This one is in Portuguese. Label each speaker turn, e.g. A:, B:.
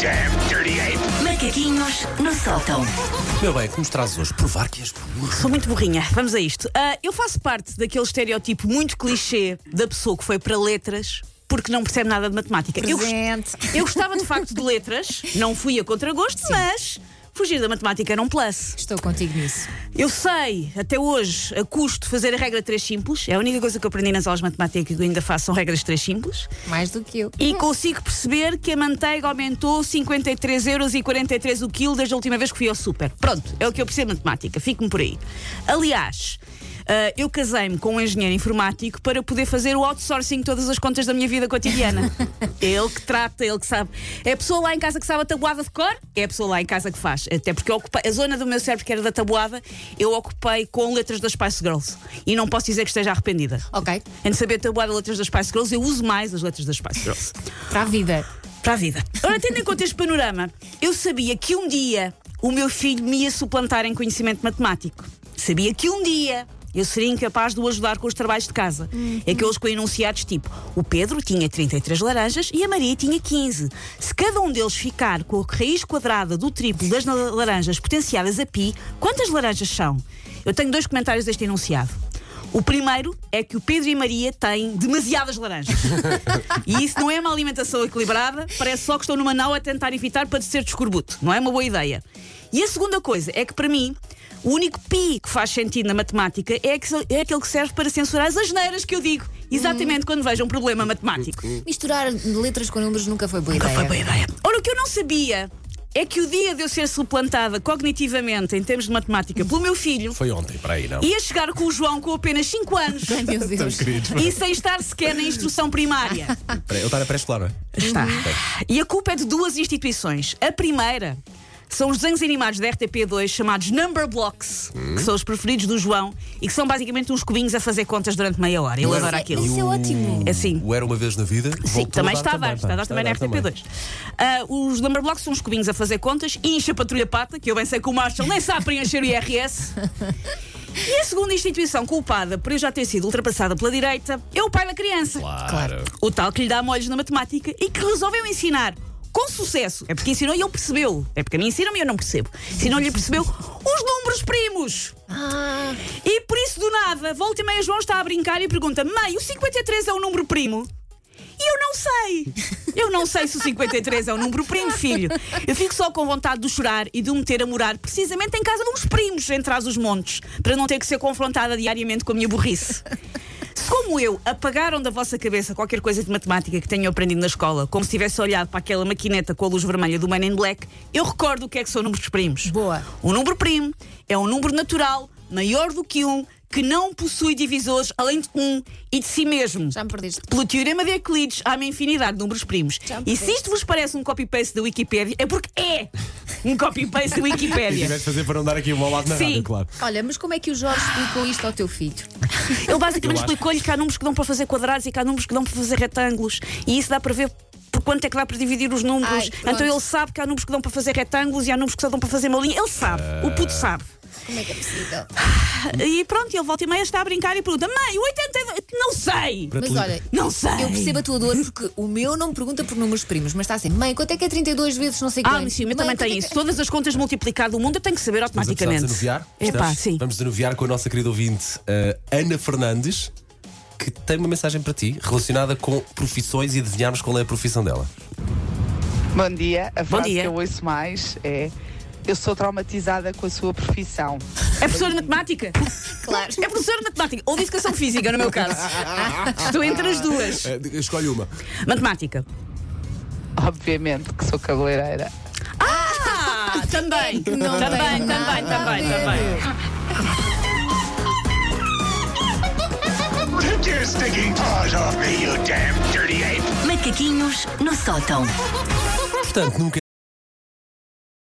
A: damn dirty ape!
B: Macaquinhos no sótão.
C: Meu bem, o que nos trazes hoje? Provar que és burro.
D: Sou muito burrinha. Vamos a isto. Ah, eu faço parte daquele estereotipo muito clichê da pessoa que foi para letras porque não percebe nada de matemática. Eu,
E: é.
D: gos-
E: Presente.
D: eu gostava de facto de letras, não fui a contragosto, mas fugir da matemática era um plus.
E: Estou contigo nisso.
D: Eu sei, até hoje, a custo, fazer a regra 3 simples. É a única coisa que eu aprendi nas aulas de matemática que eu ainda faço são regras 3 simples.
E: Mais do que eu.
D: E consigo perceber que a manteiga aumentou 53,43€ o quilo desde a última vez que fui ao super. Pronto, é o que eu percebo de matemática, fico-me por aí. Aliás, ah, eu casei-me com um engenheiro informático para poder fazer o outsourcing de todas as contas da minha vida cotidiana. ele que trata, ele que sabe. É a pessoa lá em casa que sabe a tabuada de cor, é a pessoa lá em casa que faz. Até porque eu ocupei, a zona do meu cérebro que era da tabuada, eu ocupei com letras das Spice Girls. E não posso dizer que esteja arrependida.
E: Ok.
D: Em de saber tabuada de letras das Spice Girls, eu uso mais as letras das Spice Girls.
E: Para a vida.
D: Para a vida. Ora, tendo em conta este panorama, eu sabia que um dia o meu filho me ia suplantar em conhecimento matemático. Sabia que um dia eu seria incapaz de o ajudar com os trabalhos de casa. Aqueles com enunciados tipo: o Pedro tinha 33 laranjas e a Maria tinha 15. Se cada um deles ficar com a raiz quadrada do triplo das na- laranjas potenciadas a pi, quantas laranjas são? Eu tenho dois comentários deste enunciado. O primeiro é que o Pedro e Maria têm demasiadas laranjas. e isso não é uma alimentação equilibrada, parece só que estou numa nau a tentar evitar padecer de escorbuto. Não é uma boa ideia. E a segunda coisa é que, para mim, o único pi que faz sentido na matemática é, que, é aquele que serve para censurar as asneiras que eu digo, exatamente quando vejo um problema matemático.
E: Misturar letras com números nunca foi boa ideia.
D: Foi boa ideia. Ora, o que eu não sabia é que o dia de eu ser suplantada cognitivamente em termos de matemática pelo meu filho
C: Foi ontem, para aí, não?
D: ia chegar com o João com apenas 5 anos.
E: Ai, meu Deus.
D: e sem estar sequer na instrução primária.
C: Pré- Eu estava a pré-escolar, não é?
D: Está. Uhum. E a culpa é de duas instituições. A primeira são os desenhos animados da RTP2 chamados Number Blocks, que são os preferidos do João e que são basicamente uns cubinhos a fazer contas durante meia hora. Ele
E: Mas
D: adora
E: é-
D: aquilo.
E: Isso é ótimo.
D: É assim.
C: O Era Uma Vez na Vida.
D: Sim,
C: voltou
D: também
C: a
D: está a dar,
C: dar
D: está a dar também na RTP2. Ah, os number blocks são uns cubinhos a fazer contas e enche a patrulha pata, que eu bem sei que o Marshall nem sabe preencher o IRS. E a segunda instituição culpada por eu já ter sido ultrapassada pela direita é o pai da criança.
C: Claro.
D: O tal que lhe dá molhos na matemática e que resolveu ensinar com sucesso. É porque ensinou e ele percebeu. É porque a mim ensinam e eu não percebo. Se não lhe percebeu os números primos.
E: Ah,
D: E por isso, do nada, volta e meia João está a brincar e pergunta: Mãe, o 53 é um número primo? E eu não sei. Eu não sei se o 53 é um número primo, filho. Eu fico só com vontade de chorar e de o meter a morar precisamente em casa de uns primos, entre as os montes, para não ter que ser confrontada diariamente com a minha burrice. Se, como eu, apagaram da vossa cabeça qualquer coisa de matemática que tenham aprendido na escola, como se tivesse olhado para aquela maquineta com a luz vermelha do Man in Black, eu recordo o que é que são números primos.
E: Boa.
D: O número primo é um número natural maior do que um que não possui divisores além de um e de si mesmo.
E: já me perdeste.
D: Pelo teorema de Euclides, há uma infinidade de números primos.
E: Já me
D: E se isto vos parece um copy-paste da Wikipédia, é porque é um copy-paste da Wikipédia.
C: de fazer para não dar aqui uma lado na
D: Sim.
C: rádio, claro.
E: Olha, mas como é que o Jorge explicou isto ao teu filho?
D: Ele basicamente explicou-lhe que há números que dão para fazer quadrados e que há números que dão para fazer retângulos. E isso dá para ver por quanto é que dá para dividir os números.
E: Ai, pronto.
D: então ele sabe que há números que dão para fazer retângulos e há números que só dão para fazer uma linha. Ele sabe, o puto sabe.
E: Como é que é possível?
D: E pronto, ele volta e meia está a brincar e pergunta: Mãe, 82. Não sei!
C: Para
E: Mas
C: te li-
E: olha,
D: Não sei!
E: eu percebo a tua dor porque o meu não me pergunta por números primos, mas está assim, mãe, quanto é que é 32 vezes não sei
D: Ah,
E: quantos?
D: mas sim, eu
E: Mãe,
D: também
E: quanto é
D: tenho
E: que-
D: isso. Todas as contas multiplicadas do mundo eu tenho que saber
C: Vamos apesar de
D: automaticamente.
C: denuviar?
D: Epá,
C: Estamos?
D: sim.
C: Vamos denuviar com a nossa querida ouvinte eh, Ana Fernandes, que tem uma mensagem para ti relacionada com profissões e adivinharmos qual é a profissão dela.
F: Bom dia. A frase
D: dia.
F: que eu ouço mais é: Eu sou traumatizada com a sua profissão.
D: É professor de matemática?
E: Claro.
D: É professor de matemática. Ou de educação física, no meu caso. Estou entre as duas.
C: Eh, escolhe uma.
D: Matemática.
F: Obviamente que sou cabeleireira.
D: Ah, também. Também,
E: não
D: também,
E: tem
D: também,
E: nada a
D: também,
E: ver.
A: Take your stinking paws off me, you damn dirty ape!
B: Macaquinhos no sótão.
C: Portanto, nunca